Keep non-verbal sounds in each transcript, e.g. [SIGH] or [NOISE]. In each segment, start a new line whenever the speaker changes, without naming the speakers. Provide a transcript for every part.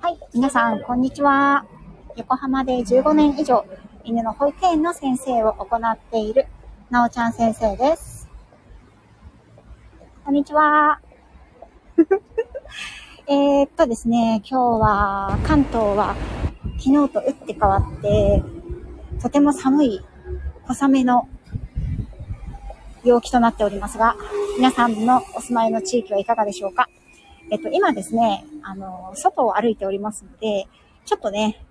はい、皆さん、こんにちは。横浜で15年以上、犬の保育園の先生を行っている、なおちゃん先生です。こんにちは。 [LAUGHS] えーっとですね、今日は、関東は、昨日と打って変わって、とても寒い、小雨の陽気となっておりますが、皆さんのお住まいの地域はいかがでしょうかえっと、今ですね、あの、外を歩いておりますので、ちょっとね、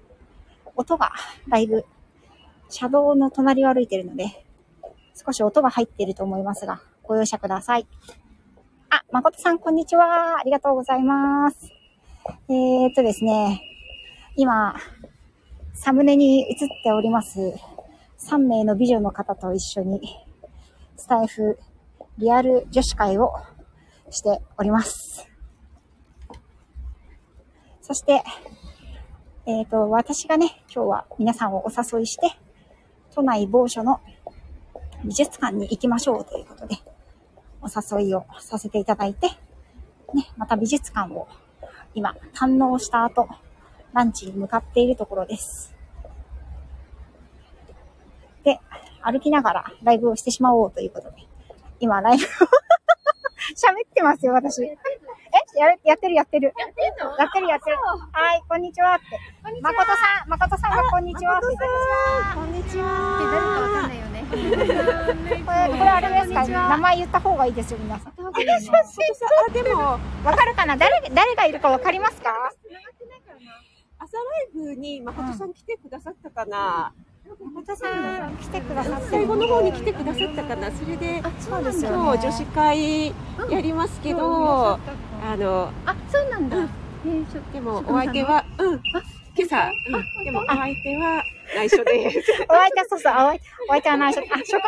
音がだいぶ、車道の隣を歩いているので、少し音が入っていると思いますが、ご容赦ください。あ、誠さん、こんにちは。ありがとうございます。えー、っとですね、今、サムネに映っております、3名の美女の方と一緒に、スタイフ、リアル女子会をしております。そして、えっ、と、私がね、今日は皆さんをお誘いして、都内某所の美術館に行きましょうということで、お誘いをさせていただいて、ね、また美術館を今、堪能した後、ランチに向かっているところです。で、歩きながらライブをしてしまおうということで、今ライブを [LAUGHS] 喋ってますよ、私。えやれやってるやってる。やってるやってる。はい、こんにちはって。誠さん、誠さんがこんにちはって。
こんにち
誰かわかん
は
ないよね。
これ、これあれです
こん
か
にちは
名前言った方がいいですよ、皆さん。
あでも
わかるかな誰、誰がいるかわかりますか
朝ライブに誠さん来てくださったかな、
誠さん、来てくださって
最
る
後の方に来てくださったかなそれで
あ、そうなんだ。
今日女子会やりますけど、あの
あ、そうなんだ。えー、ちょっ
でもお相手はうん今朝、うん、でもお相手は内緒
[LAUGHS]
です
お相手、そうそう、お相手、お相手は内緒。あ、職人さんだって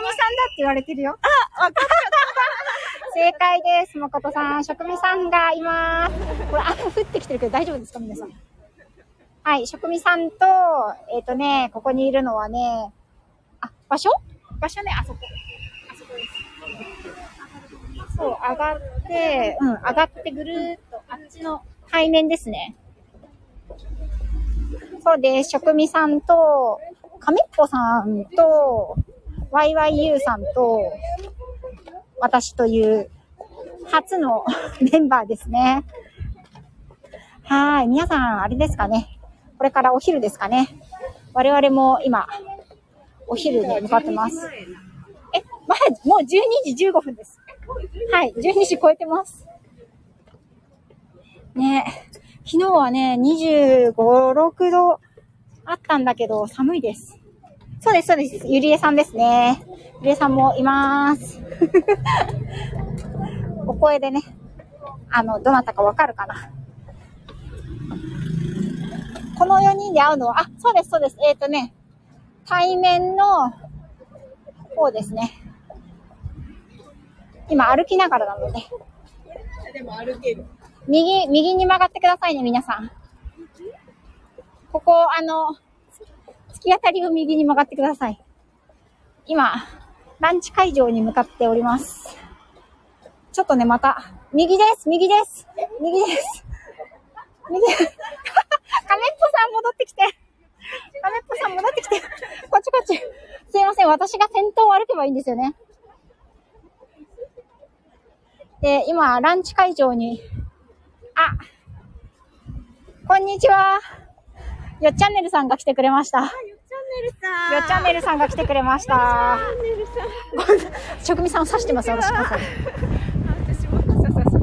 言われてるよ。あ、わかった。正解です、誠さん。職人さんがいます。これ、雨降ってきてるけど大丈夫ですか、皆さん。はい、職人さんと、えっ、とね、ここにいるのはね、あ、場所場所ね、あそこ。あそこです。そう、上がって、うん、上がってぐるーっと、あっちの背面ですね。そうです。職味さんと、亀っぽさんと、YYU さんと、私という、初の [LAUGHS] メンバーですね。はーい。皆さん、あれですかね。これからお昼ですかね。我々も今、お昼に向かってます。え、まあ、もう12時15分です。はい。12時超えてます。ねえ昨日はね、25、6度あったんだけど、寒いです。そうです、そうです。ゆりえさんですね。ゆりえさんもいます。 [LAUGHS] お声でね、あの、どなたかわかるかな。この4人で会うのは、あ、そうです、そうです。えっ、とね、対面の方ですね。今歩きながらなので。右、右に曲がってくださいね、皆さん。ここ、あの、突き当たりを右に曲がってください。今、ランチ会場に向かっております。ちょっとね、また、右です右です右です右 [LAUGHS] 亀っぽさん戻ってきて亀っぽさん戻ってきてこっちこっちすいません、私が先頭を歩けばいいんですよね。で、今、ランチ会場にあ、こんにちは。よっちゃんねるさんが来てくれました。よっちゃんねるさんが来てくれました。職味さんを刺してます、私。こそ
私も朝さそう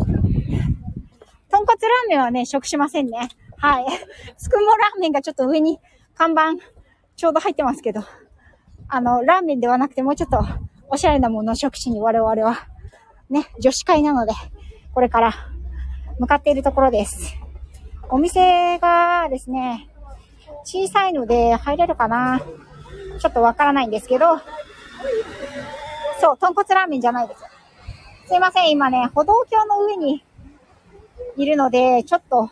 豚骨ラーメンはね、食しませんね。はい。 [LAUGHS] つくもラーメンがちょっと上に看板ちょうど入ってますけど。あの、ラーメンではなくてもうちょっとおしゃれなものを食しに我々は、ね、女子会なので、これから向かっているところです。お店がですね、小さいので入れるかなちょっとわからないんですけど、そう、豚骨ラーメンじゃないです。すいません、今ね、歩道橋の上にいるので、ちょっと、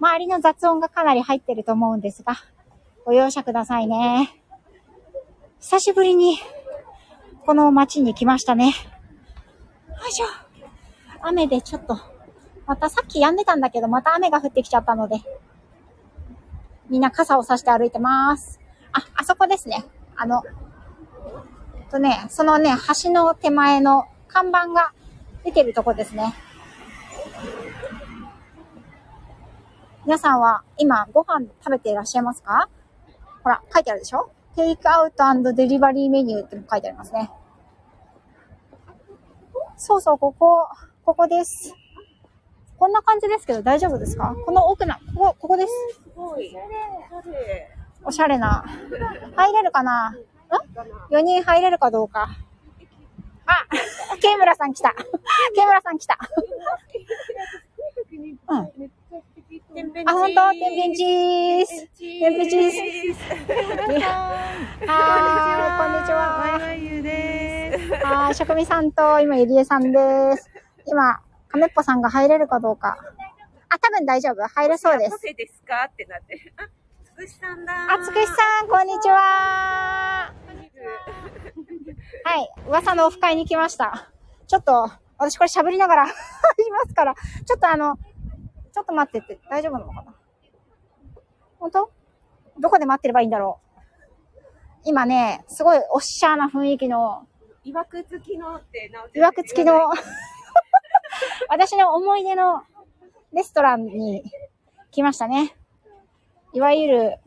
周りの雑音がかなり入ってると思うんですが、ご容赦くださいね。久しぶりに、この街に来ましたね。よいしょ。雨でちょっと、またさっき止んでたんだけど、また雨が降ってきちゃったので、みんな傘を差して歩いてます。あ、あそこですね。あの、えっとね、そのね、橋の手前の看板が出てるとこですね。皆さんは今ご飯食べていらっしゃいますかほら、書いてあるでしょテイクアウトデリバリーメニューっても書いてありますね。そうそう、ここ、ここです。こんな感じですけど大丈夫ですかこの奥な、ここ、ここです。
すごい。おし
おし
ゃれ。
ゃれな。入れるかなうん ?4 人入れるかどうか。あ、ケイムラさん来た。ケイムラさん来た。うん。あ、
天秤
本当天秤チーズ。天秤チーズ。 [LAUGHS] は
あゆです。
ーい、こんにちは。はい、しゃくみさんと、今、ゆりえさんです。今、かめっぽさんが入れるかどうか。あ、多分大丈夫。入れそうで
カ
す
フ。ェですかってなって。あ、つくしさんだ。
あつくしさん、こんにちは。はい、噂のオフ会に来ました。ちょっと、私これ喋りながら [LAUGHS] 、いますから、ちょっとあの、ちょっと待ってって、大丈夫なのかな本当どこで待ってればいいんだろう今ね、すごいおっしゃーな雰囲気の、
いわくつきのってなおちゃん
いわくつきの、 [LAUGHS] 私の思い出のレストランに来ましたね。いわゆる、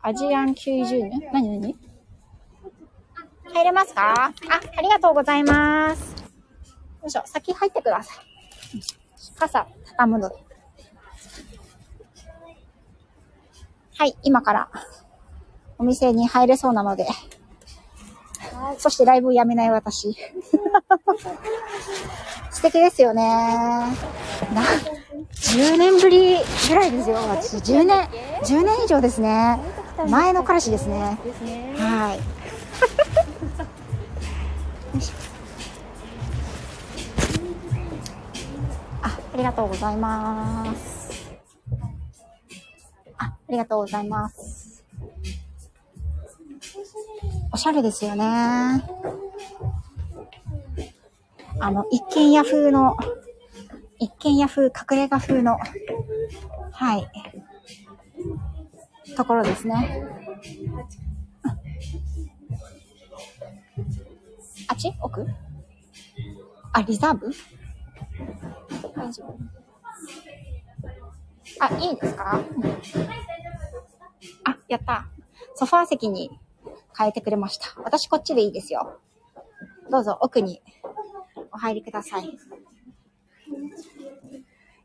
アジアン90年何何入れますかあ、ありがとうございます。よいしょ、先入ってください。傘、畳むので。はい、今から、お店に入れそうなので。そしてライブをやめない私。素敵ですよね。な、10年ぶりぐらいですよ。私、10年、10年以上ですね。前の彼氏ですね。
ですね。
はい。 [LAUGHS] よいしょあ、ありがとうございます。あ、ありがとうございます。おしゃれですよね。あの、一軒家風の、一軒家風、隠れ家風の、はい、ところですね。あっち奥あ、リザーブ大丈夫。あ、いいですかあ、やった。ソファー席に変えてくれました。私こっちでいいですよ。どうぞ奥にお入りください。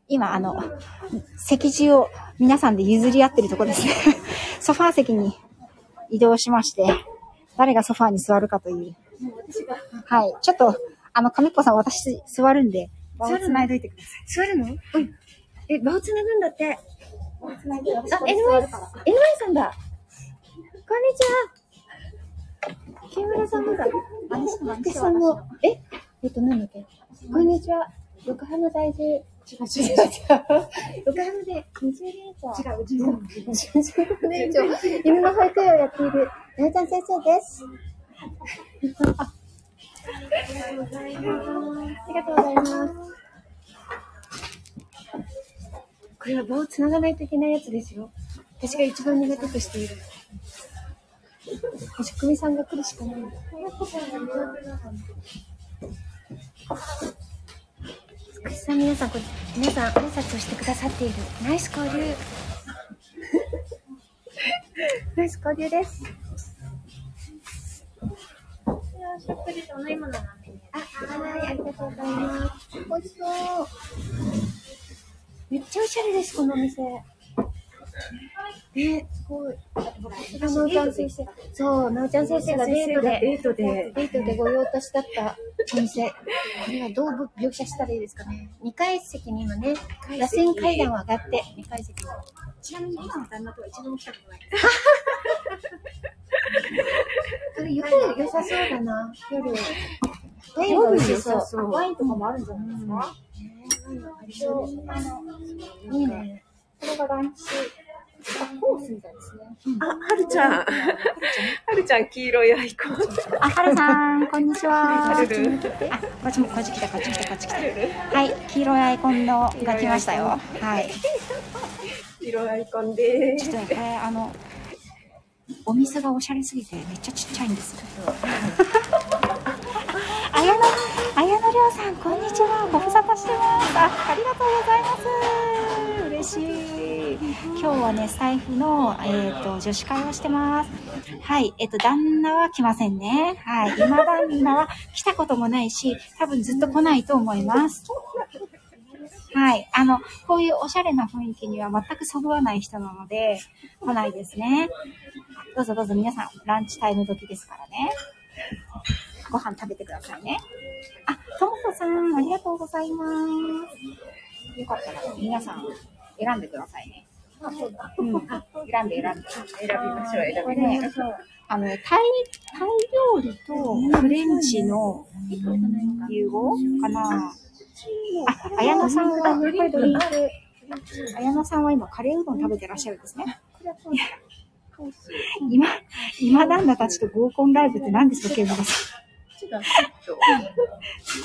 今、あの、席次を皆さんで譲り合ってるところですね。 [LAUGHS] ソファー席に移動しまして、誰がソファーに座るかという。はい。ちょっと、あの、亀っぽさん、私、座るんで、場を繋いどいてください。
座るのうん。え、場をつなぐんだって。あ、NY、NY さんだ。こんにちは。木村さんもだ。福さんも。ええっと、なんだっけ。こんにちは。横浜在住。違う違う違う。横浜で20年以上。違う、15年以上。犬の保育園をやっている、なえちゃん先生です。ありがとうございます。これは棒を繋がないといけないやつですよ。私が一番苦手としている。仕組みさんが来るしかない。くしさん、皆さん、これ、皆さん、挨拶をしてくださっている。ナイス交流。 [LAUGHS] ナイス交流です。あ、はい、ありがとうございます。美味しそう。めっちゃおしゃれです、このお店。ね、すごい。あなおちゃん先生。そう、なおちゃん先生がデートで、
デートで。
デートでご用達だったお店。これはどう描写したらいいですかね。2階席に今ね、螺旋階段を上がって、2階席に。
ちなみに今の旦那とは一番来たく
[LAUGHS]
ない。
これ夜良さそうだな、夜。ワインが美味しそう。ワインとかもあるんじゃないですか、ねワインありそう。いいね。
これがランチ
コースみたいですね。
あ、はるちゃん。はるちゃん、黄色いアイコン。
あ、はるさん、こんにちは。
は
あ、
るる。
こっちも、こっち来た、こっち来た、こっち来た。
はるる
はい、黄色いアイコンのが来ましたよ。はい。
黄色いアイコンで
ちょ
す。
っとこれ、あの、お店がおしゃれすぎてめっちゃちっちゃいん [LAUGHS] です。あやの、あやのりょうさん、こんにちは。ご無沙汰してます。あ、ありがとうございます。嬉しい。今日はね、スタイフの、えっ、と、女子会をしてます。はい。えっ、と、旦那は来ませんね。はい。今旦那は来たこともないし、多分ずっと来ないと思います。はい。あの、こういうおしゃれな雰囲気には全くそぐわない人なので、来ないですね。どうぞどうぞ皆さん、ランチタイム時ですからね。ご飯食べてくださいね。あ、ともこさん、ありがとうございます。よかったら、皆さん、選んでくださいね。うん、選んで選んで。
選びましょう、選
こ
び
れ
ましょう
ね。、あのね、タイ、タイ料理とフレンチの融合かなあ、綾乃さんは、これドリンク。綾乃さんは今、カレーうどん食べてらっしゃるんですね。今、今旦那たちと合コンライブって何ですか、ケンブさん。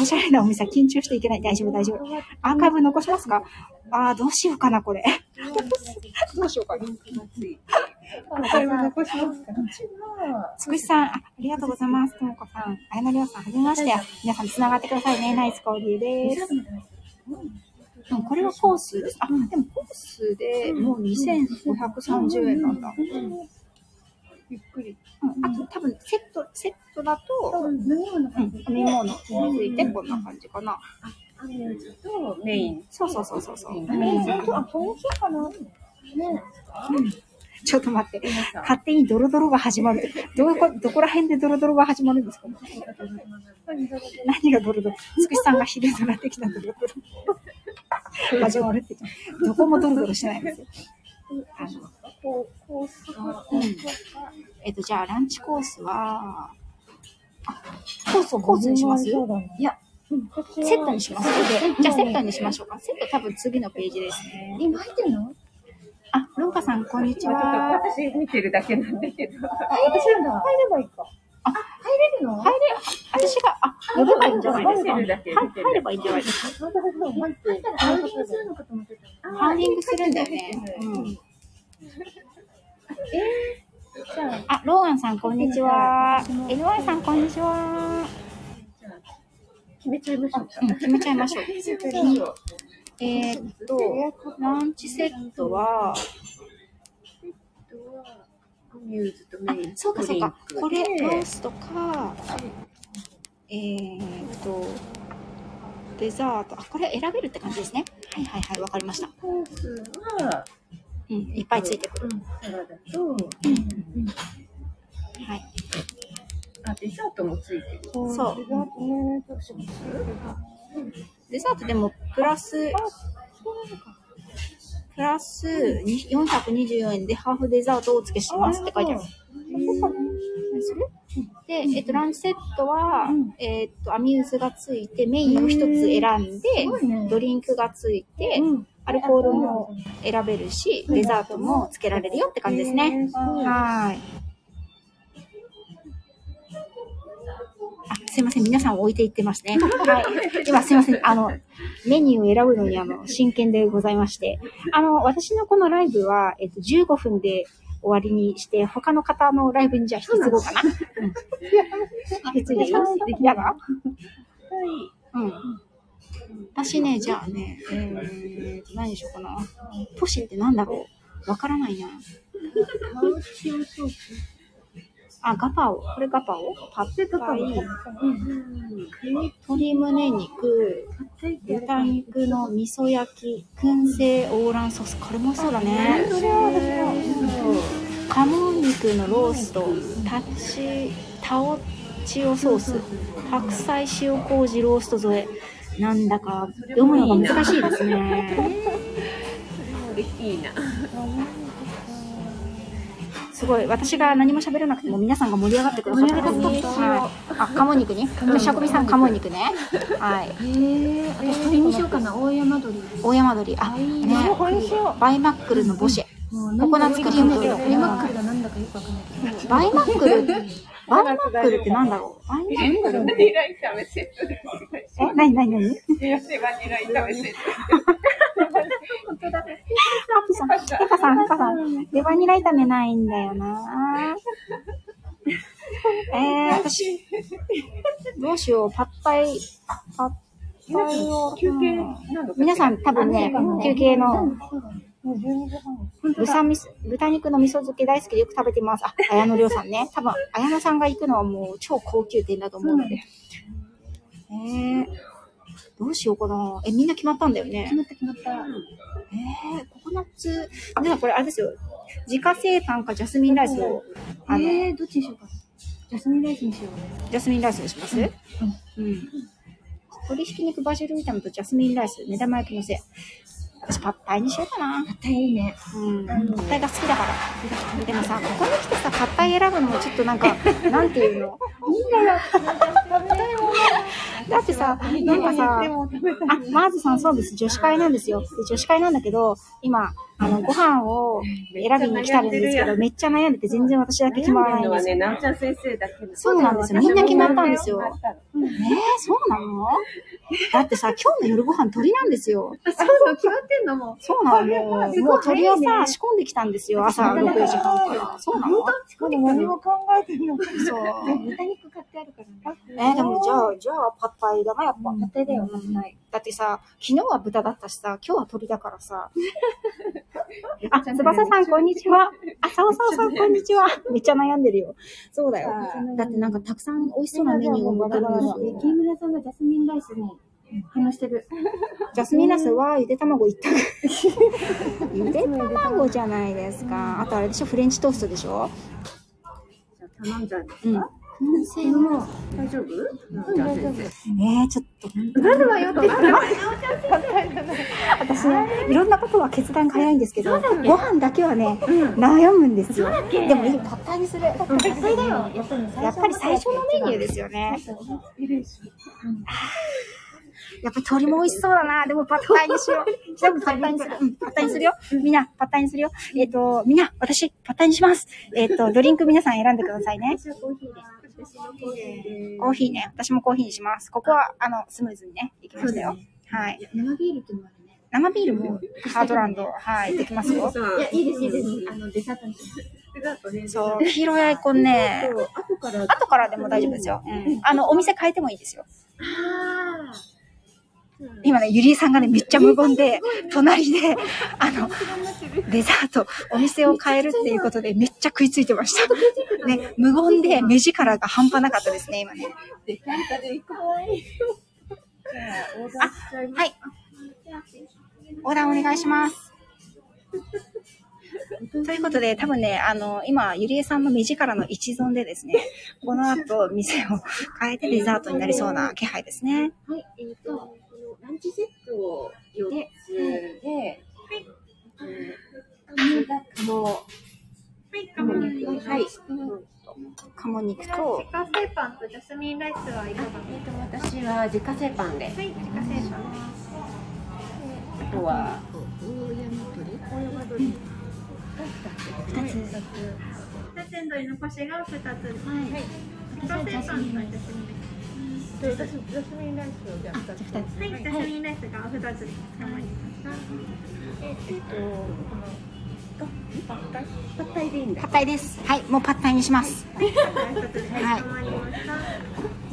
おしゃれなお店は緊張していけない。大丈夫、大丈夫。アーカイブ残しますかああ、どうしようかな、これ。 [LAUGHS] どうしようかな。つくしさん、あありがとうございます。ともこさん、あやなりょうさん、はじめまして。皆さん、つながってくださいね。ナイス交流です。うん、これはコースです。あ、でもコースでもう2530円なんだ。びっくり。うん、あと多分セット、セットだと、
飲み物
うん、飲み物ついてこんな感じかな。
とメイン。
そうそうそうそうそう。
あ、コーヒーかなね。
ちょっと待って。勝手にドロドロが始まるって。どういうこ、どこら辺でドロドロが始まるんですか何がドロドロつくしさんが昼ドラできたドロドロ。始まるって言ってどこもドロドロしないんですよ。あの
こう、コース
うんえっと、じゃあランチコースは、あ、コースをコースにしますいや、セットにします。でじゃあセットにしましょうか。セット多分次のページですね。
今入ってるの
あ、ロンカさん、こんにち
まあ
は。
ちょっと私見てるだけなんだけど。
入れるんだ。入ればいいか。
あ
あ、入れるの
入れ、私が、あ、呼べばいいんじゃないですか。
見てるだけ、見て
入れ
る
ばいいんじゃないですか。
入ったらハンディングするのかと思ってた。
ハンディングするんだよね。うん。
じゃあ、
あ、ローアンさん、こんにちは。NY さん、こんにちは。
決めちゃいましょうか。
うん、決めちゃいましょう。
決めましょう
えーっと、ランチセットは、
ミューズと
あ
メイン。、
そうかそうか。こ
ドリ
れ
ンク、で
ロースとか、えーっと、デザート。あ、これ選べるって感じですね。はいはいはい、わかりました。
コースは、
うん、いっぱいついてくる。
うんサラダと、
はい。
あ、デザートもついてる。
そう。
う。
デザートでもプラス、プラスに424円でハーフデザートをお付けしますって書いてある。で、えっと、ランチセットは、えっと、アミューズがついて、メインを一つ選んで、ドリンクがついて、アルコールも選べるし、デザートもつけられるよって感じですね。はーい。あ、すいません。皆さん置いていってますね。はい。今すいません。あの、メニューを選ぶのにあの、真剣でございまして。あの、私のこのライブは、えっと、15分で終わりにして、他の方のライブにじゃあ引き継ごうかな。うん引き継いでいいやだうん。私ね、じゃあね、えー、何にしようかな。ポシェってなんだろうわからないな。あ、ガパオ。これガパオパッパイ、鶏胸肉、豚肉の味噌焼き、燻製オーランソース。これも美味しそうだね。鴨肉のロースト、タチ、タオチオソース、白菜塩麹ロースト添え。なんだか読むのが難しいですね。
これいいな。
すごい。私が何も喋らなくても皆さんが盛り上がってくださってますはい。あ、鴨肉ね。しゃこみさん鴨肉ね。はい。
え私、鳥にしようかな。大山鳥。
大山鶏。あ、ね。
これにしよ
バイマックルのボシェ。ココナッツクリームと
バイマックルがなんだかよくわかんないけど。
バイマックルって、バイマックルってなんだろうバイマックルって。
ニラ炒めセットです。
え、なになになに
幸せバニラ炒めセッ
ハッピーさん、ヘカさん、ヘカさん。レバニラ炒めないんだよなえー、私、どうしよう、パッタイ、パッタイを
ト。。休憩なの
皆さん多分ね、休憩の
もう12時半。
豚みそ豚肉の味噌漬け大好きでよく食べてます。あ、綾野亮さんね。多分、綾野さんが行くのはもう超高級店だと思うので。えー、どうしようかな。え、みんな決まったんだよね
決。まった決まった。
えー、ココナッツ、でもこれあれですよ。自家製パンかジャスミンライスを、あの、
えー、どっちにしようか。ジャスミンライスにしよう。
ジャスミンライスにしますうん。うん。鶏ひき肉バジル炒めとジャスミンライス、目玉焼きのせ。私パッタイにしようかな。
絶対いいね。
うん。パッタイが好きだから。でもさ、ここに来てさ、パッタイ選ぶのもちょっとなんか、なんていうの [LAUGHS] だってさ、なんかさ、あ、マーズさんそうです。女子会なんですよ。で女子会なんだけど、今、あの、ご飯を選びに来たんですけど、めっちゃ悩んでて全然私だけ決まらないんですよ。
なおちゃん先生だけ
そうなんですよ。みんな決まったんですよ。ね
そ
え、そうなのだってさ、今日の夜ご飯鶏なんですよ。
あ、そうそう、決まってんのもう。
そうなのよ。もう鶏をさ、仕込んできたんですよ。朝6時から。そうなの
まだ何も考えてなかっ
そう。
た。豚肉買ってあるからね。
えーでもじゃあ、じゃあ、パッタイだな、やっぱ。
絶対だよ、絶対。
だってさ、昨日は豚だったしさ、今日は鳥だから [LAUGHS] さ。あ、翼さん、こんにち [LAUGHS] は。あ、さおさおさん、こんにちは。めっちゃ悩んでるよ。そうだよ。だってなんかたくさん美味しそうなメニューが浮かぶんですよ。
木村さんがジャスミンライスに反応してる。
ジャスミンナスはゆで卵一 [LAUGHS] 択。ゆで卵じゃないですか。あとあれでしょ、フレンチトーストでしょ。
頼んじゃうんです
うん。
か大丈夫うん
大丈夫。
ねえ、ちょっと本当に。
なるわよ、となるわよ。
私ね、いろんなことは決断が早いんですけど、ご飯だけはね、悩むんですよ。でもいい、パッタイにする。
絶対だよ。やっぱり最初
やっぱり最初のメニューですよね。やっぱ鶏も美味しそうだな。でもパッタイにしよう。でもパッタイにする。うん、パッタイにするよ。みんな、パッタイにするよ。えっ、と、みんな、私、パッタイにします。えっ、と、ドリンク皆さん選んでくださいね。
私はコーヒーです。私のコーヒーで
コーヒーね。私もコーヒーにします。ここは、あの、スムーズにね、いきましたよ。はい。
す。生ビールっていうのはね。
生ビールも、ハードランド、はい、できますよ。
いや、いいです、いいです。あの、デザートにします。
そう、黄色いアイコンね。
後から
後からでも大丈夫ですよ。うん。あの、お店変えてもいいですよ。
あ
今ね、ゆりえさんがね、めっちゃ無言 [LAUGHS] で、隣で、あの、デザート、お店を変えるっていうことで、めっちゃ食いついてました。ね、無言で目力が半端なかったですね、今ね。
デカンタで行こ
はい。オーダーお願いします。ということで、多分ね、あの、今、ゆりえさんの目力の一存でですね、この後、店を変えてデザートになりそうな気配ですね。
う。はい、えっと、このランチセットを4つで、はい。カモがカモ。はい、カモ肉。はい。
鴨肉と、
あ。自家製パンとジャスミンライスはいかがですか
私は自家製パンで。
はい、自家製パン。
あとは、
二つ。二つの残しが二つ。はい。自家製パンとジャスミンライス。はい、ジャスミンライスが二つ。
パッタイでいいんだ。
パッタイです。はい、もうパッタイにします。はい
かしこまりました。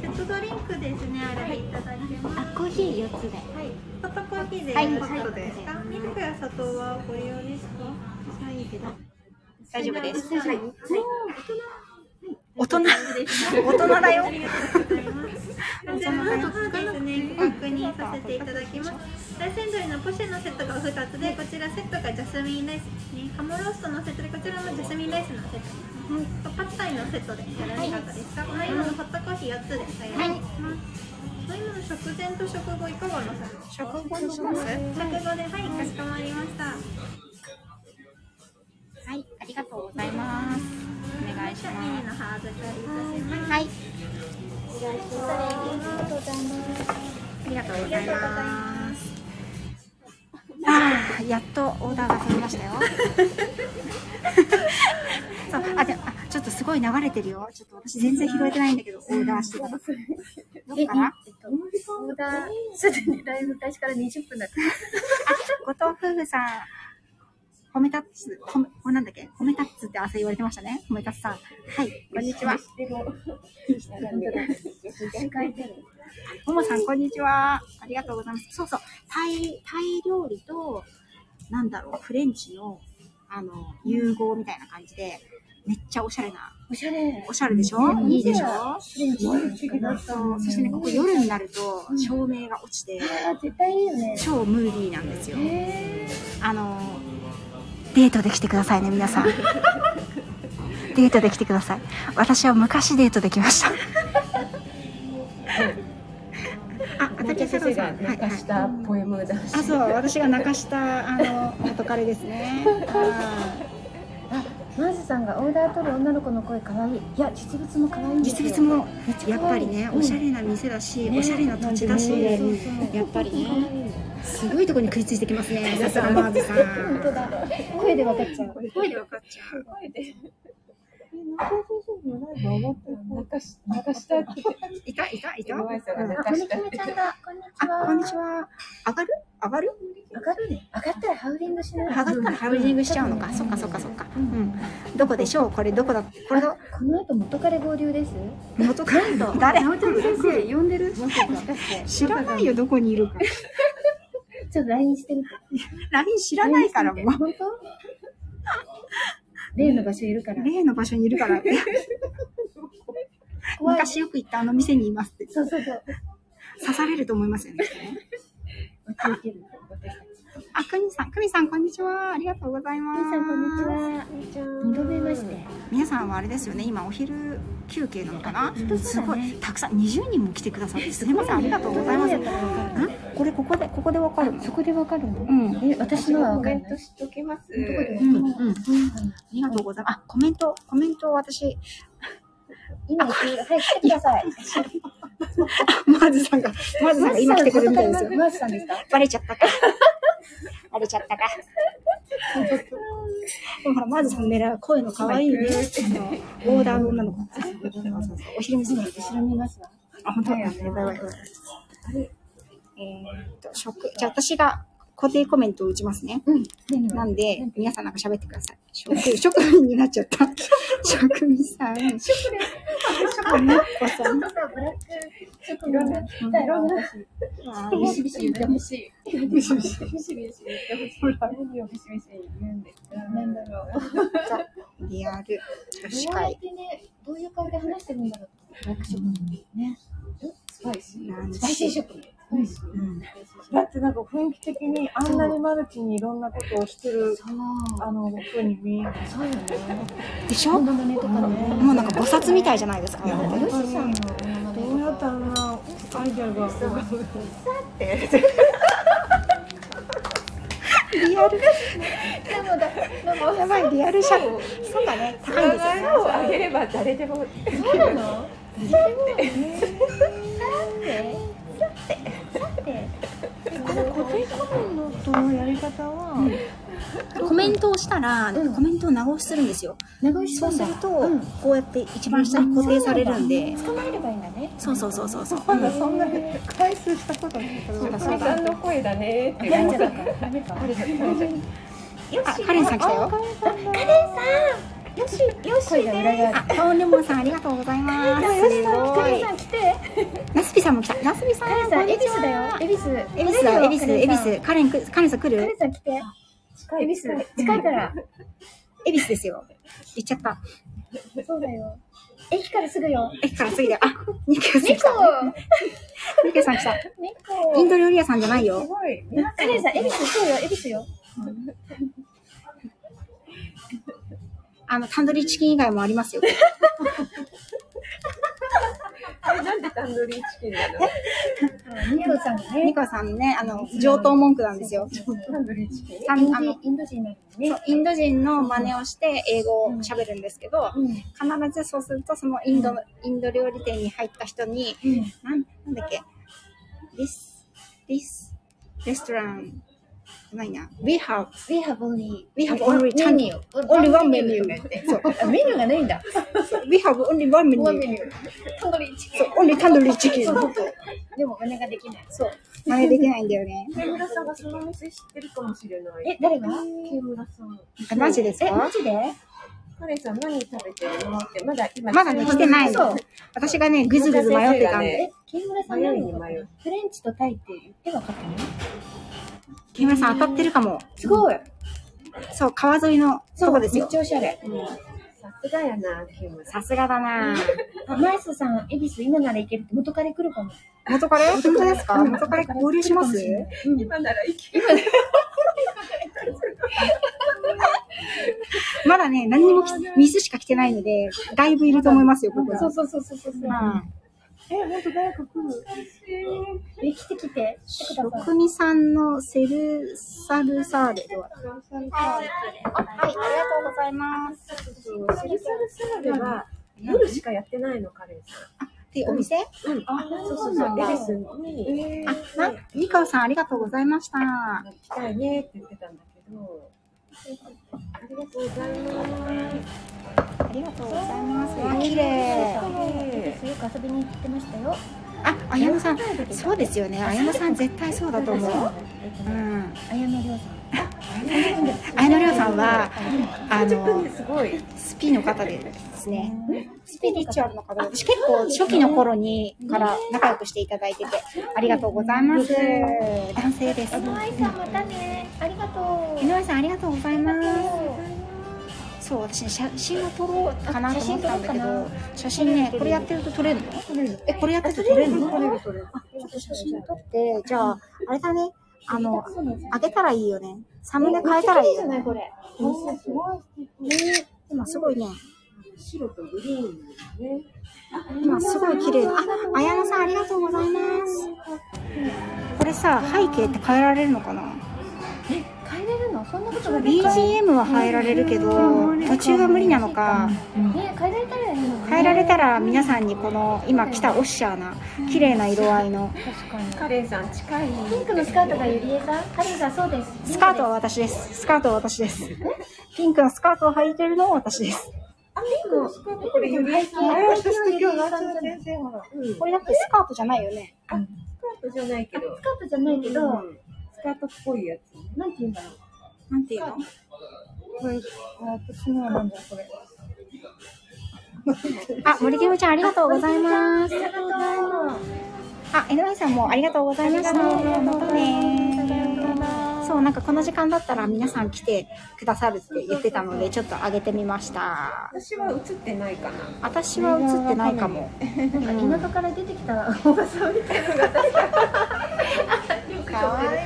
セットドリンクですね、あれいただきます。
コーヒー4つで。
[LAUGHS]
はい。ホットコーヒーで。
はい
ホットですか。ミルクや砂糖はご利用ですか。はい、いけど。
大丈夫です。
はい。
大人、大人だよ。
全部あとつかなくね、ご確認させていただきます。大山鶏のポシェのセットがお二つで、こちらセットがジャスミンライスですね。ハモローストのセットで、こちらもジャスミンライスのセットです。パッタイのセットで、よろしかったですか。はい、今のホットコーヒー四つで、お願いします。はい、今の食前と食後いかがなさいますか。
食後にします
食後で、はい、かしこまりました。
はい、ありがとうございます。お願いし
じゃあ、ミニ
ま
のハードチャリいたします。
す。はい。ありがとうございます。ありがとうございます。ああ、やっとオーダーが取りましたよ。 [LAUGHS] そう、あ、でも、あちょっとすごい流れてるよ。ちょっと私全然拾えてないんだけど、オーダーしてたの。どっから
えっと、オーダー、ちょっとね、ライブ開始から20分だった。
後藤夫婦さん、褒めたつ、褒め、これなんだっけ褒めたつって朝言われてましたね。褒めたつさん。はい、こんにちは。ももさん、こんにちは。ありがとうございます。そうそう、タイ、タイ料理と、なんだろう、フレンチの、あの、融合みたいな感じで、めっちゃおしゃれな、
おしゃれ。
おしゃれでしょいいでしょそうそしてね、ここ夜になると、照明が落ちて、
あ、絶対いいよね。
超ムーディーなんですよ。
へ
あのデートで来てくださいね皆 [LAUGHS] さんデートで来てください私は昔デートできましたあ、あたけ太郎さん、はい、はい
したポエムだし
あ、そう、私が泣かした、あの、元彼ですね。あ
ーマーズさんがオーダー取る女の子の声可愛い。いや、実物も可愛いん
ー
です
実
よ。
物
も。
も、やっぱりね、おしゃれな店だし、おしゃれな土地だし、やっぱりね、すごいとこに食いついてきますね、さすがマーズさん。
本当だ。声で分かっちゃう。
声で分かっちゃう。
泣かし泣かしたって
いた、いた、いた。
弱い人が
うん
泣
あ、こ
か
の
し
き
たっ
め
て
ちゃんだ。こんにち
あ、
は。
こんにちは。上がる上がる
上がるね。上がったらハウリングしない。
上がったらハウリングしちゃうのか。そっかそっかそっか。うん。どこでしょうこれどこだこれが
この後元彼合流です。
元カノ誰
先生呼んでる。
知らないよ、どこにいるか。
ちょっとラインしてみて。
LINE 知らないから、 [LAUGHS] もう。
本当？例の場所いるから。
例の場所にいるから。
怖い。
昔よく行ったあの店にいますって。
そうそうそう。
刺されると思いますよね。きっとね
私受ける。私たち。
[LAUGHS] あ、くみさん、くみさん、こんにちは。ありがとうございます。
皆さんこんにちは。二度目まして。
皆さんはあれですよね、今お昼休憩なのかな
だね
すごい、たくさん、20人も来てくださって、すみません、ありがとうございます。んこれ、ここで、ここでわかるの
そこでわかるの
う？ん。
え、私のはわかんない。
しときます。
うんうん、ありがとうございます。あ、コメント、コメントを
[LAUGHS]
私、
今行く。はい、来てください。
マーズさんが、マーズさんが今来てくれるみたいですよ。
マーズさんですか？
バレちゃったか。バレちゃったか。でもほら、マーズさんの狙いは声の可愛いね。あのオーダーの女の子。お昼見せない
後ろ見ますわ。
あ、本当だよね。やばいやばいやばいえーっと、食、じゃあ私が固定コメントを打ちますね。
うん。何
な
が
んで、皆さんなんか喋ってください。職、職員になっちゃった。職員さん。職員。職員。
ちょっとさ、ブラック、ちょっといろんな、いろんな、
ビシビシ言ってほしいビシビシビシビシ言ってほしい何をビシビシ言うんですかなんだろう
リアル女
ど
子
うやっ
会
てね、どういう顔で話してるんだろう。ブラックショッ
スパイシー
なん
プ、大正ショップ。
スパイシー
うん
だってなんか雰囲気的にあんなにマルチにいろんなことをしてるあの風に見える
そうよね。
でし
モ
ょも
ノマネとかね。
うなんか菩薩みたいじゃないですか。
ヨシさんの
どうやったらあんなアイデアが浮かぶ
リアル、
でもだ、でも
やばい、リアルシャドウ。そうだね、高いんですよね。
をあげれば誰でも
そうなの？
この固定コメントのやり方は
コメントをしたら、コメントを長押しするんですよ。
長い
そうすると、
うん
こうやって一番下に固定されるんで。
捕まえればいいんだね。
そうそうそうそうそう。
まだそんなに回数したことないから
そうだそうだ
の声だねって
やんじゃないか。ダメか。
あ、カレンさん来たよ。
よし、よしで。裏があ
あ、パオンレモンさんありがとうございます。すご
る。
い
さ。ん来て。
ナスピさんも来た。ナスピさん、
カレン
こ
さ
ん
ん、
に
エビ
ち
スだよ
は。。
エビス。
エビスだよ、エビス、エビ
カレ
ス。カレンく、カレンさん来る
ンさん来て。エビス。近いから。
エビスですよ。行っちゃった。
そうだよ。駅からすぐよ。
駅から次で、あ、ニケさん来
猫
た。ニケさん来た。イン
猫
ド料理屋さんじゃないよ。
カレンさん、エビスそうよ、エビスよ。
あの、タンドリーチキン以外もありますよ。
なんでタンドリーチキンなの
ニコさんがね
ニ。コさんね、あの、上等文句なんです [LAUGHS] よ。
タンドリーチキン
あ
イン
の
ド
あの
人インド人なのに
そ
ね
う。インド人の真似をして英語を喋るんですけど、
うん。
必ずそうするとそのインドのインド料理店に入った人に、なんなんだっけ This This restaurant
ないな。
We have,
We have only,
we have only channel, only one menu がって。そう。
あメニューがないんだ。
We have only one
ワン
menu.
メニュー。タンドリーチキン
そう、only [LAUGHS] tandoori chicken.
でも真似ができない。そう。
真似できないんだよね。
木村さんがそのお店知ってるかもしれない。
え、誰が
木村さん。
あマジです
え、
か
マジで
カレンさん何食べてるのって、まだ今。
まだね、来てない
そう
の。私がね、ぐずぐず迷ってたんで。
え、木村さん
迷い
何
に迷う。
フレンチとタイって言って分かったの
木村さん当たってるかも。
すごい。
そう、川沿いのとこです
めっ
よ
ち。ゃおしゃれ。
うんさすがやな、木村さん。
さすがだなぁ。
あマイスさん、恵比寿今なら行けるって元彼来るかも。
元彼本当ですか元彼合流します
今ならいける。
まだね、何にもき水しか来てないので、だいぶいると思いますよ、ここに。
そうそうそうそうそう。
う
え、ほんと誰か来る
え、来て来て。来てく
ん。
ださい。
国さんのセルサルサーレとは。はい、ありがとうございます。
シルサルサーレは夜しかやってないの、カレンさ
で、お店
ん。うん。
あ、
そうそうそう。エビスに
あ、なん、ミカオさんありがとうございました。
行きたいねって言ってたんだけど。ありがとうございます。
ありがとうございます。わ、綺麗。
恵比寿よく遊びに行ってましたよ。
あ、あやのさん、そうですよね。あやのさん絶対そうだと思う。うん。
綾野亮
あやのりょうさんは、あの、
すごい。
スピの方でですね。スピリチュアルの方で、私結構初期の頃にから仲良くしていただいてて、ありがとうございます。男性です。
さん。マイさん、またね。ありがと
井上さんありがとうございます。
う。
そう、私ね、写真を撮ろうかなと思ったんだけ
あ
ど、
写真撮ろ
写真ね、これやってると撮れるのえ、これやってると撮れるの撮れる撮れる。あちょっと写真撮って、じゃあ、あれだね、あの、あげたらいいよね。サムネ変えたらいいよね。
これ。
すごい。
今すごいね。
白とグリーンね。
今すごい綺麗な。あ、綾菜さんありがとうございます。これさ、背景って変えられるのかな
え、変えれるのそんなことができる
?BGM は変えられるけど、途中は無理なのか、
ね、変えられたらいいのにね
変えられたら皆さんにこの今来たオッシャーな、綺麗な色合いの、
確かに。
カレンさん近い。
ピンクのスカートがゆりえさんカレンさんそうです。
スカートは私です。スカートは私です。ピンクのスカートを履いてるのも私です。
あ、ピンクのスカートこれゆりえさん。
あ
私
私と
と今
今日
日な
な
っ
っちゃったた先
ちゃっ先生ほら。うん。ス
これだってスカートじゃないよね。
カートじゃないけど
ス。カートじゃないけど、
スカートっぽいやつ。
なんて言うんだろう。
なんていうの
これ、私のはなんだこれ。
あ、森キムちゃんありがとうございます。
ありがとうございます。
あ、江上さんもありがとうございました。またね。そう、なんかこの時間だったら皆さん来てくださるって言ってたので、ちょっと上げてみました。
私は映ってないかな。
私は映ってないかも。
なんか田舎から出てきたおばさんみたい
[LAUGHS] かわいい。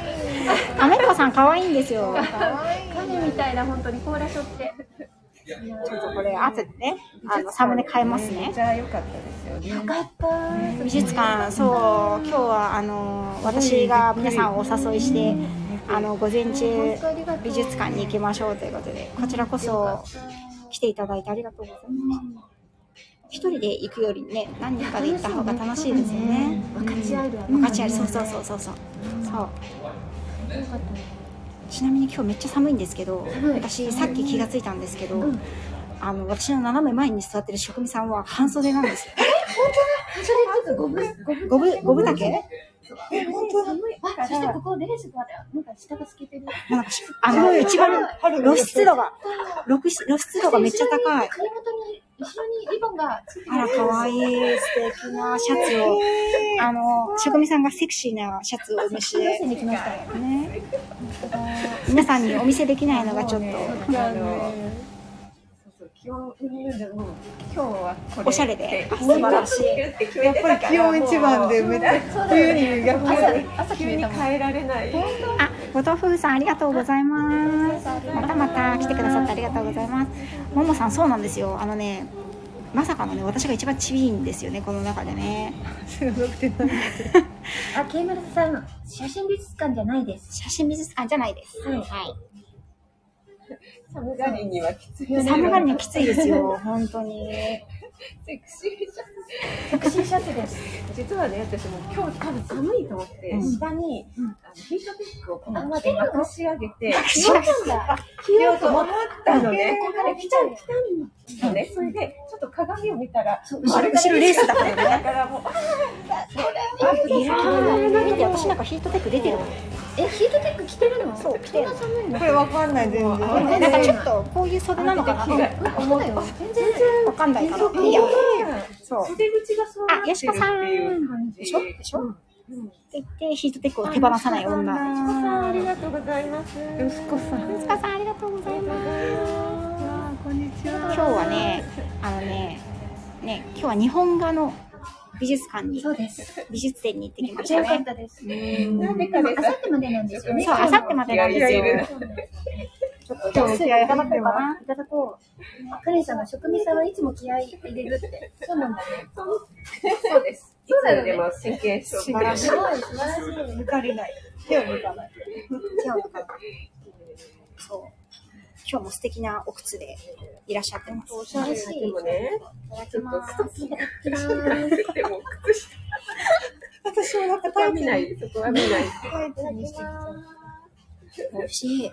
アメッコさん可愛いんですよ。
な影みたいな本当に甲羅しょって。
ちょっとこれ後でね、あのサムネ変えますね
めっ。ちゃ良かったですよね。
かった。
美術館、そう、今日はあの私が皆さんをお誘いして、あの午前中
ありがとう。
美術館に行きましょうということで、こちらこそ来ていただいてありがとうございます。一人で行くよりね、何人かで行った方が楽しいですよね。
分かち合えるわ
分かち合い、そうそうそうそうそう。そう。
よかったね。
ちなみに今日めっちゃ寒いんですけど、
寒い
私さっき気がついたんですけど、あの私の斜め前に座ってる職人さんは半袖なんですよ。
それちょっとゴブゴブ
ゴブゴブだけ？
え本当寒い。あそしてここレースがだよ。なんか下が透けてる。
なんかしあの一番露出度が露出露出度がめっちゃ高い。
首元に後ろにリボンがついてる
あら、かわいい、素敵なシャツを、あの、しょこみさんがセクシーなシャツをお召しで、
出
ね、
てきましたよ。
皆さんにお見せできないのがちょっと、
あのそうそう気温うんぬんでも今日はこれ
おしゃれで
素晴らしいやっぱり気温一番でめっちゃ冬に逆に急に変えられない
あ、ご豆腐さんありがとうございます。またまた来てくださってありがとうございます。ももさん、そうなんですよ。あのね、まさかのね、私が一番ちびいんですよね、この中でね。
あ、ケイムラさん、写真美術館じゃないです。
写真美術館じゃないです。はい。
寒がりにはきつい
寒がりにはきついですよ、本当に。
セクシーじゃん。
セクシーシャツです。
実はね、私も今日多分寒いと思って、下に、あのヒートテックをこのままでまくし上げて、
そうなんだ。
着ようと思ったのね。
ここから来ちゃう。
来たのね。それで、ちょっと鏡を見たら、
後ろ後ろレースだからね。
だからもう、あ
いやー、なんで私なんかヒートテック出てるの
え、ヒートテック着てるの
そう、着てるの。
これわかんない、全然。
なんかちょっと、こういう袖なのかな
着替え
思うよ。全然。
わかんないかな。いいや、そう。
袖口がそうなってるっていう感じ。
でしょでしょっ
うん
て言って、ヒートテックを手放さない女。
息子さんありがとうございます。息子さん。
つかさん、ありがとうございます。
こんにち
今日はね、あのね、ね、今日は日本画の美術館に、
そうです。
美術展に行ってき
め
ま
っ
し
ちゃ
た
良か
ね。
ったです。
なんで
あ
か
さ
で
っ
さ、
てまでなんですよね。
そう、あさってまでなんですよ
気合い入れる。
ちょっと、じゃあ、すぐいただこうかな。
いただこう。カレンさんが職人さんはいつも気合い入れるって。そうなんだね。
そうです。いつでも神経症
素晴らしい
す。ごい、素晴らしい。
抜かれない。手を抜かない。
手を抜かない。そう。今日も素敵なお靴でいらっしゃってます。
おしゃれでもね、ちょっと靴下でも靴下
私はなんか
は
タイ
見
ツ
ない、そこは見ない。
タイツにしてきた。
美味しい。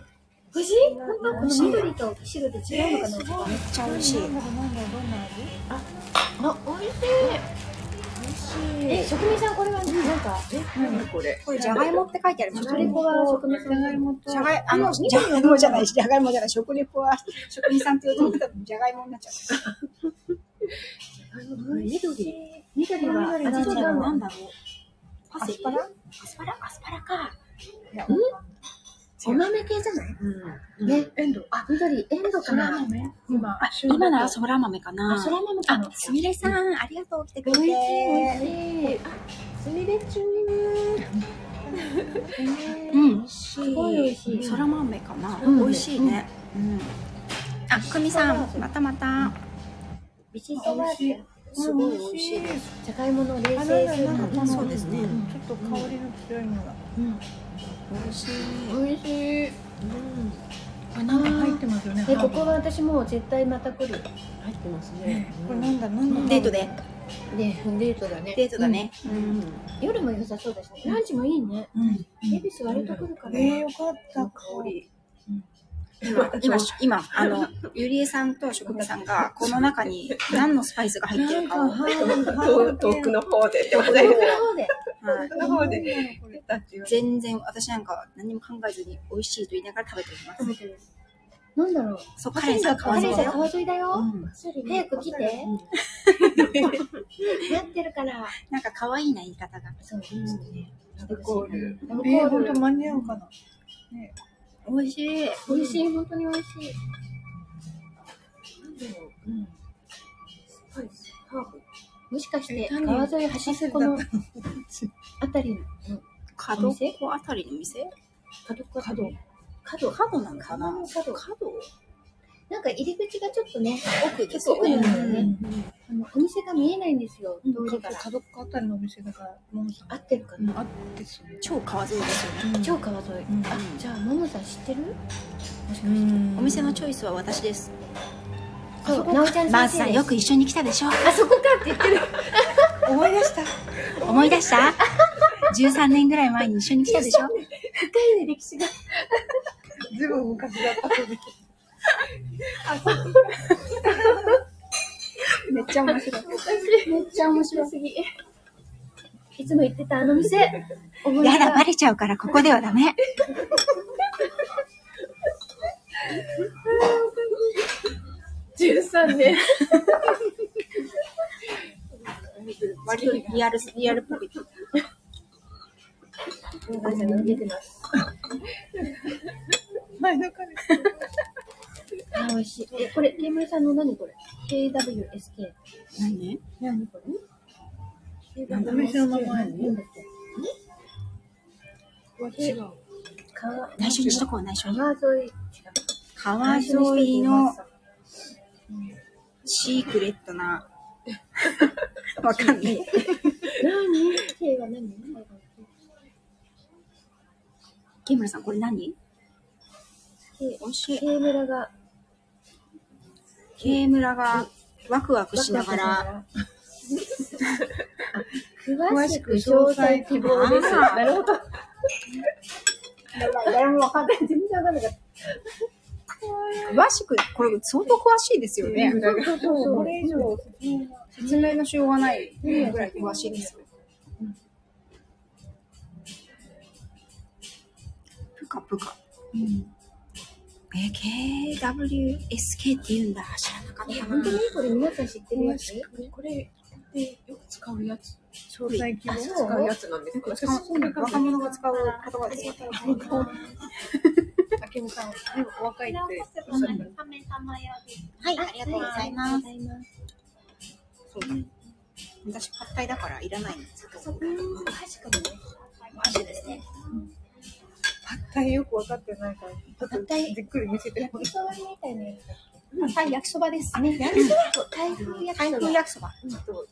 無事この緑と白で違うのかな
めっちゃ美味しい。
え、職人さんこれはなんか、
何これ。
これ、じゃがいもって書いてある。食
トリコは職人さんが
じゃがい、あの、じゃがいもじゃないし、じゃがいもじゃない、食レポは、職人さんって言うと、じゃがいもになっちゃう。
緑。
緑は味違うの。
だろう。パセリアスパラアスパラか。
お豆系じゃない
ね、エンド。
あ、緑、エンドかな
今、
今ならそら豆かな
あ、。そら豆か
あ
な、。
すみれさん、ありがとう、来てくれ
美味しい、美
て。
味しい。
すみれちゅ
うん。
すごい美味しい。
そら豆かな。
ん
美味しいね。うん。あ、久美さん、またまた。
ビチソワって、
すごい美味しい。
じゃがいもの冷
あ
製ス
なんだ
ー
なんか
プ。
この
そうですね
んちょっと香りの強いのが。
美味しい。
美味しい。
あ、なんか入ってますよね。
え、ここは私もう絶対また来る。
入ってますね
ね。これなんだ、なんだ。
デートで。
ね、デートだね。
デートだね。
うん。
夜も良さそうだしね。ランチもいいね。
うん。
恵比寿割と来るから。
えー、よかった。香
り。
今、今、今、あの、ゆりえさんと職人さんが、この中に何のスパイスが入ってるかを。は
遠遠くの方でってことで。
そうで。
い
遠くの方で。出たっていう。
全然私なんかは何も考えずに美味しいと言いながら食べています。
なんだろう。
そう、カレンさん買
カ
わせ
レ
だ
ンさん
よ。
川沿いだよ。
うん
早く来て。 [LAUGHS] なってるから。
なんか可愛いな言い方が。
そう。
アルコール。
アルコ
えー、
ー
ほん
ル
と間に合うかな。
美味しい。
美味しい、本当に美味しい。
うん。スパイス、ハーブ。
もしかして、
何
川沿い走ってこ [LAUGHS] のあたりの
角っこあたりの店
角っこ
角。
角角なのかな
山の角。
角
なんか入り口がちょっとね、
奥です
結構
よ
多い
ね
の。よね。あのお店が見えないんですよ、通りから。
角っこあたりのお店だから、ももさん。
合ってるか
うん
な、
あってそう。
超川沿いですよね。
超川沿い。
ん
あ、じゃあ、ももさん知ってる
お店のチョイスは私です。
そう、なおちゃん
まー
先
ずさ
生
ん
です
よく一緒に来たでしょ
あそこかって言ってる。
思い出した。
思い出した [LAUGHS] ?13 年ぐらい前に一緒に来たでしょ
深いね、歴史が。
ずいぶん昔だった。
めっちゃ面白い。
めっちゃ面白すぎ。いつも行ってたあの店。思い出
や
した
だ、バレちゃうからここではダメ。
13年。
割とリアル、リアルっぽく言って
お母さんが見えてます。
前の彼。
あ、美味しい。え、これ、ケームリさんの何これ ?KWSK。
何ね
何これ
お店の名
な
前
んだっけ
違う。
川、
内緒にしとこう、内緒に。
川沿い。
川沿いのシークレットな。わかんない。
何 ?K は何
[LAUGHS] 木村さん、これ何
K
美味しい。
K 村が、
K 村がワクワクしながら、
詳しく詳細希望です。なるほど。
誰もわかんない。全然わかんなかった。
[LAUGHS] 詳しく、これ相当詳しいですよね。
そうそうそう。これ以上
説明のしようがないぐらい詳しいですよ。ぷかぷか。えー、KWSK って言うんだ。知らなかったな。
これ皆さん知ってるやつ
これでよく使うやつ。
詳細希望
使うやつなんですか。
しかも若者が使う言葉ですよ。
あけみさん、でもお若いっておっしゃった。
カメ様より。
はい、ありがとうございます。そうだね私、パッタイだからいらないんですけど。そっか、ですね。
大変よくわかってないから、ちょっとじっくり見せても
焼
ら
きそばみたいなやつ。
はい、焼きそばです。
台風焼
台
きそ
風
ば。
焼きそば。
ちょっと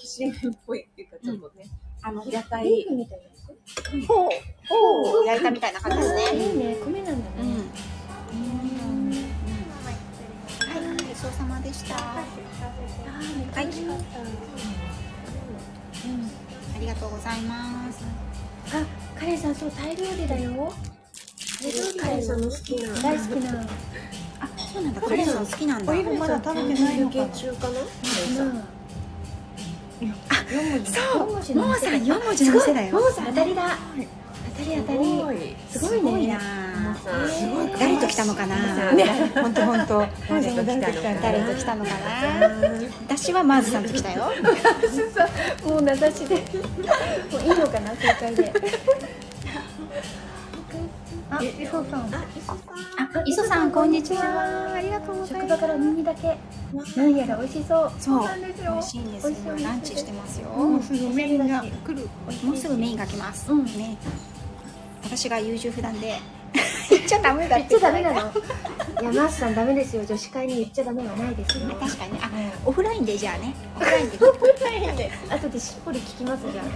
きしめんっぽいっていうかちょっとね。
あの、屋台、
ビーフみたいなやつ。
ほう、ほう、焼いたみたいな感じです
あ
ね。
いいね、米な
う
んだね。
ん。はい、ごちそうさまでした。あ
はい。美味しかった
りがとうございます。
あ、カレンさん、そう、タイ料理だよ。
カレンさんの好きな
大好きな。
あ、そうなんだ。カレーさん好きなんだ。
まだ食べてないのかな。
中かな。
そう、も
ももさん四文字の店だよ
ももさん、当たりだ。当たり当たり。
い。
すご
す
い
ごい
ね
な。。
すごい。
誰と来たのかな。
ね。
本当本当。
誰と来たのか
誰と来たのかな。私はマーズさんと来たよ。
もう名指しで。もういいのかな、正解で。
あ、いそうさん。
あ、磯さんこんにちは。ありがとうござい
職
ま
場
す。
から耳だけ。なんやら美味しそう。
そう
なんです
美
よ
味しいんですよ。
美味しい
ランチしてますよ。
も
も
うすぐメインが来る。
うすぐメインが来ます。
うん
ね。私が優柔不断で
[LAUGHS]
言っちゃダメだっ
言
て。
っちゃダメなの。いや、マースさんダメですよ。女子会に言っちゃダメはないですよ。
確かにね。あ、オフラインでじゃあね。オフラインで。あ
後でしっぽり聞きますじゃん。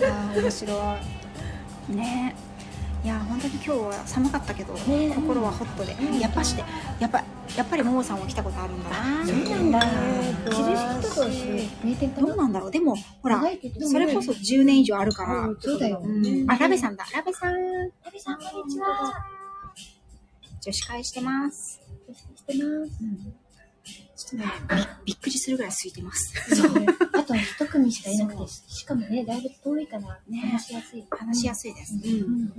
ー面白い。ね。いや本当に今日は寒かったけど、
ね
心はホットで、やっぱしてやっぱやっぱりももさんは来たことあるんだな。
そうなんだ。印とか
しい
名店か
どうなんだろうでもほら
長いけど
それこそ10年以上あるから、
そうだよ。
うんあラベさんだラベさん
ラビさん、こんにちは。
女子会してます
お久しぶりして
ち
ます。
ょっとねびびっくりするぐらい空いてます
あと一組しかいなくて、しかもね、だいぶ遠いから、
ね
話しやすい。
話しやすいです、
うん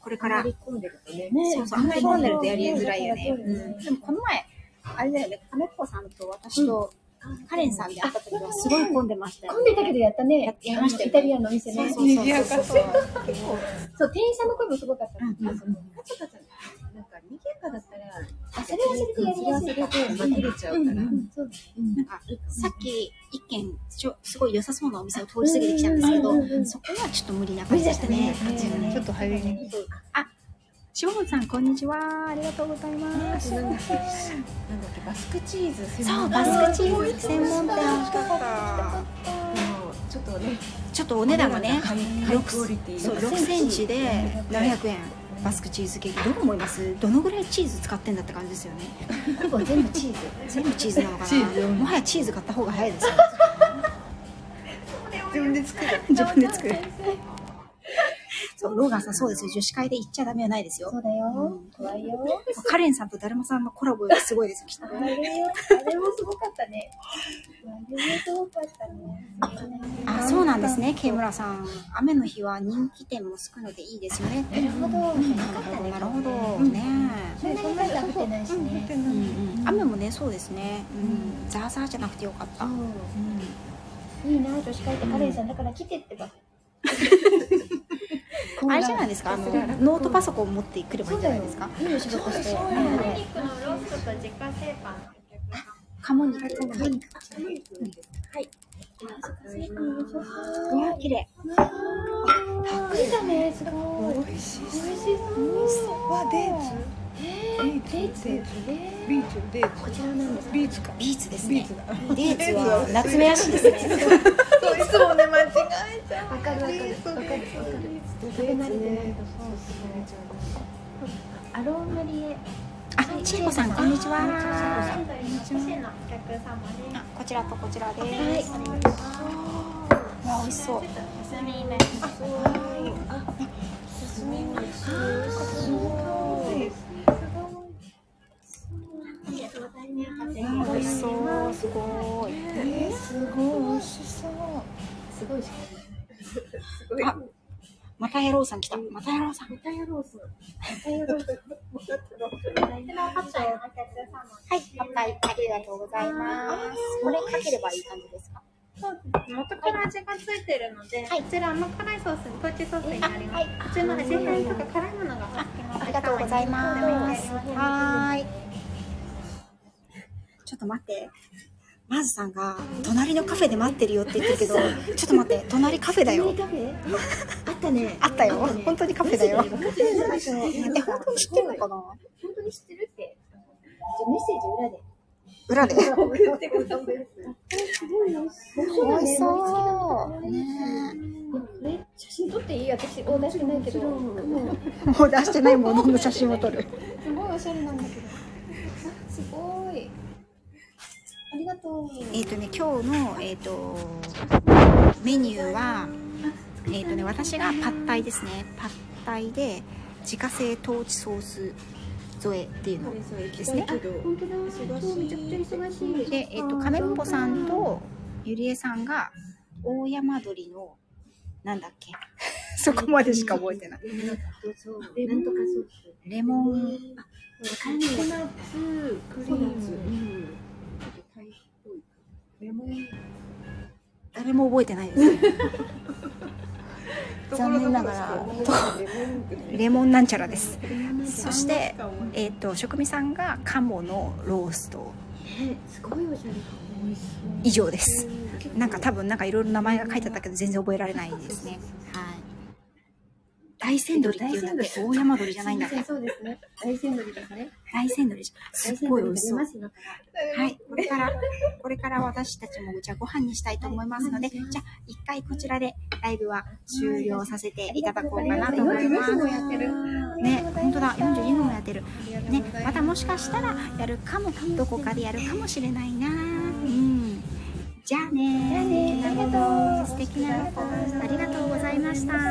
これから
混んでるとね。
ね
そうそうあんまり混んでるとやりづらいよね、
そうそう
うんでもこの前あれだよねカメっこさんと私とカレンさんで会った時はすごい混んでましたよ
混んでたけどやった
や
ね。
やりましたよ
イタリアンのお店
そう
ね。
そそ
そうう
う
賑やかそう
店員さんの声もすごかった。
うんうん
あそこ
カチャカチャなんか賑やかだったら
あそれはそれでやりやすいか。
紛れちゃうから。
うんそう
なんかさっき一軒ちょすごい良さそうなお店を通り過ぎてきたんですけど、
うんうんうんうん
そこはちょっと無理な感じでしたね
無理でしたね
ちょっと早めに。
し本さんこんにちはありがとうございます
なんだっけバスクチーズ専
そう
門
バ
店
スクチーズ専門店
ちょっとね
ちょっとお値段がね
ハイハイクオリティ
そう6センチで700円バスクチーズケーキどう思いますどのぐらいチーズ使ってんだって感じですよね
ほぼ全部チーズ。
全部チーズなのか
チーズ
なもはやチーズ買った方が早いですよ
自分で作る。
自分で作るそうローガンさんそうですよ女子会で行っちゃダメはないですよ
そうだよ。怖いよ。
カレンさんとだるまさんのコラボすごいですよきっと
あれよ。あれもすごかったね。あれもすごかったね。
あそうなんですね慶村さん雨の日は人気店も少ないのでいいですよね
なるほど。
うん
よ
な
かったね。
るほどね
そんなに傘降ってないしね。
うんうん雨もねそうですねうんザーザーじゃなくてよかったうん
いいな、女子会ってカレンさんだから来てってば。
あれじゃないですか、あのノートパソコン持ってくればいいんじゃないですか。
いいお仕事して。
ニンニクのローストと自家製パン。
カモニカモニカ。うわ綺麗。
たくさんね、すごい。
美味しい。
美味しそう。
わ、デーツ。
えー、デーツ。え
ビーツ、デーツ。
こちらなんですか。
ビーツか。
ビーツです
ビ
ね
ー。ツだ。
デーツ [LAUGHS] は夏目らしいですね。
そう、いつもね、間違えちゃ
わかるわかる。わかるわかる。
う。
食べ慣れてないとそうそう。アローマリエ。
あ、ちえこ [LAUGHS] さん、こんにちは。
仙台のポシェのお客様
あ
ね。
こちらとこちらです。
お願いします。
わあ、美味しそう。
休みになります。ありがとうございます。
美味しそう、すごい。
えー、すごい美味しそう。すごいし
またやろうさん来た。またやろうさん。
またやろうす。
パッタイのお客様。
はい、パッタイありがとうございます。これかければいい感じですか。
元から味がついてるので、こちらの辛いソースに、こっちソースになりま
は
す
い。
普通の味変とか辛いものがお好きなお
あり
客
がとうございます。はーい。ちょっと待って。まずさんが隣のカフェで待ってるよって言ってるけど、ちょっと待って、隣カフェだよ。
カフェ？あったね。
あったよ。本当にカフェだよ。
本当にそうでしょ
え、本当に知ってるのかな
本当に知ってるって。じゃあメッセージ裏で。
裏で。
すごい美味しそう。
美味しそう。
ね、写真撮っていい私、お出してないけど。
もう出してないものの写真を撮る。
すごいおしゃれなんだけど。あすごい。ありがとう。
えっ、とね、今日の、えっ、と、メニューは、えっ、とね、私がパッタイですね。パッタイで、自家製トーチソース添えっていうのですね。
本当だ。めちゃくちゃ忙しい。
で、えっと、亀っぽさんとゆりえさんが大山鳥のなんだっけ [LAUGHS] そこまでしか覚えてない
そう。なんとかそう。
レモン
ココナッツクリーム。レモン。
誰も覚えてないですね残念ながらレモンなんちゃらですそしてえっと職味さんが鴨のロースト
すごいおしゃれ。美味し
以上ですなんか多分なんかいろいろ名前が書いてあったけど全然覚えられないですねはい大山鳥っていうんだっけ大山鳥じゃないんだっけ
そうですね。大山鶏ですね。
大山鳥じゃすっ
大山
ごい美
鶏
味し
食べ
そう
ますよ。
はい、これから、これから私たちもじゃあご飯にしたいと思いますので、じゃあ一回こちらでライブは終了させていただこうかなと思います。
もやってる。
ね、本当だ、42分もやってる。ね、またもしかしたらやるかも、どこかでやるかもしれないな。うん。じゃあね、素敵な素敵なありがとうございました。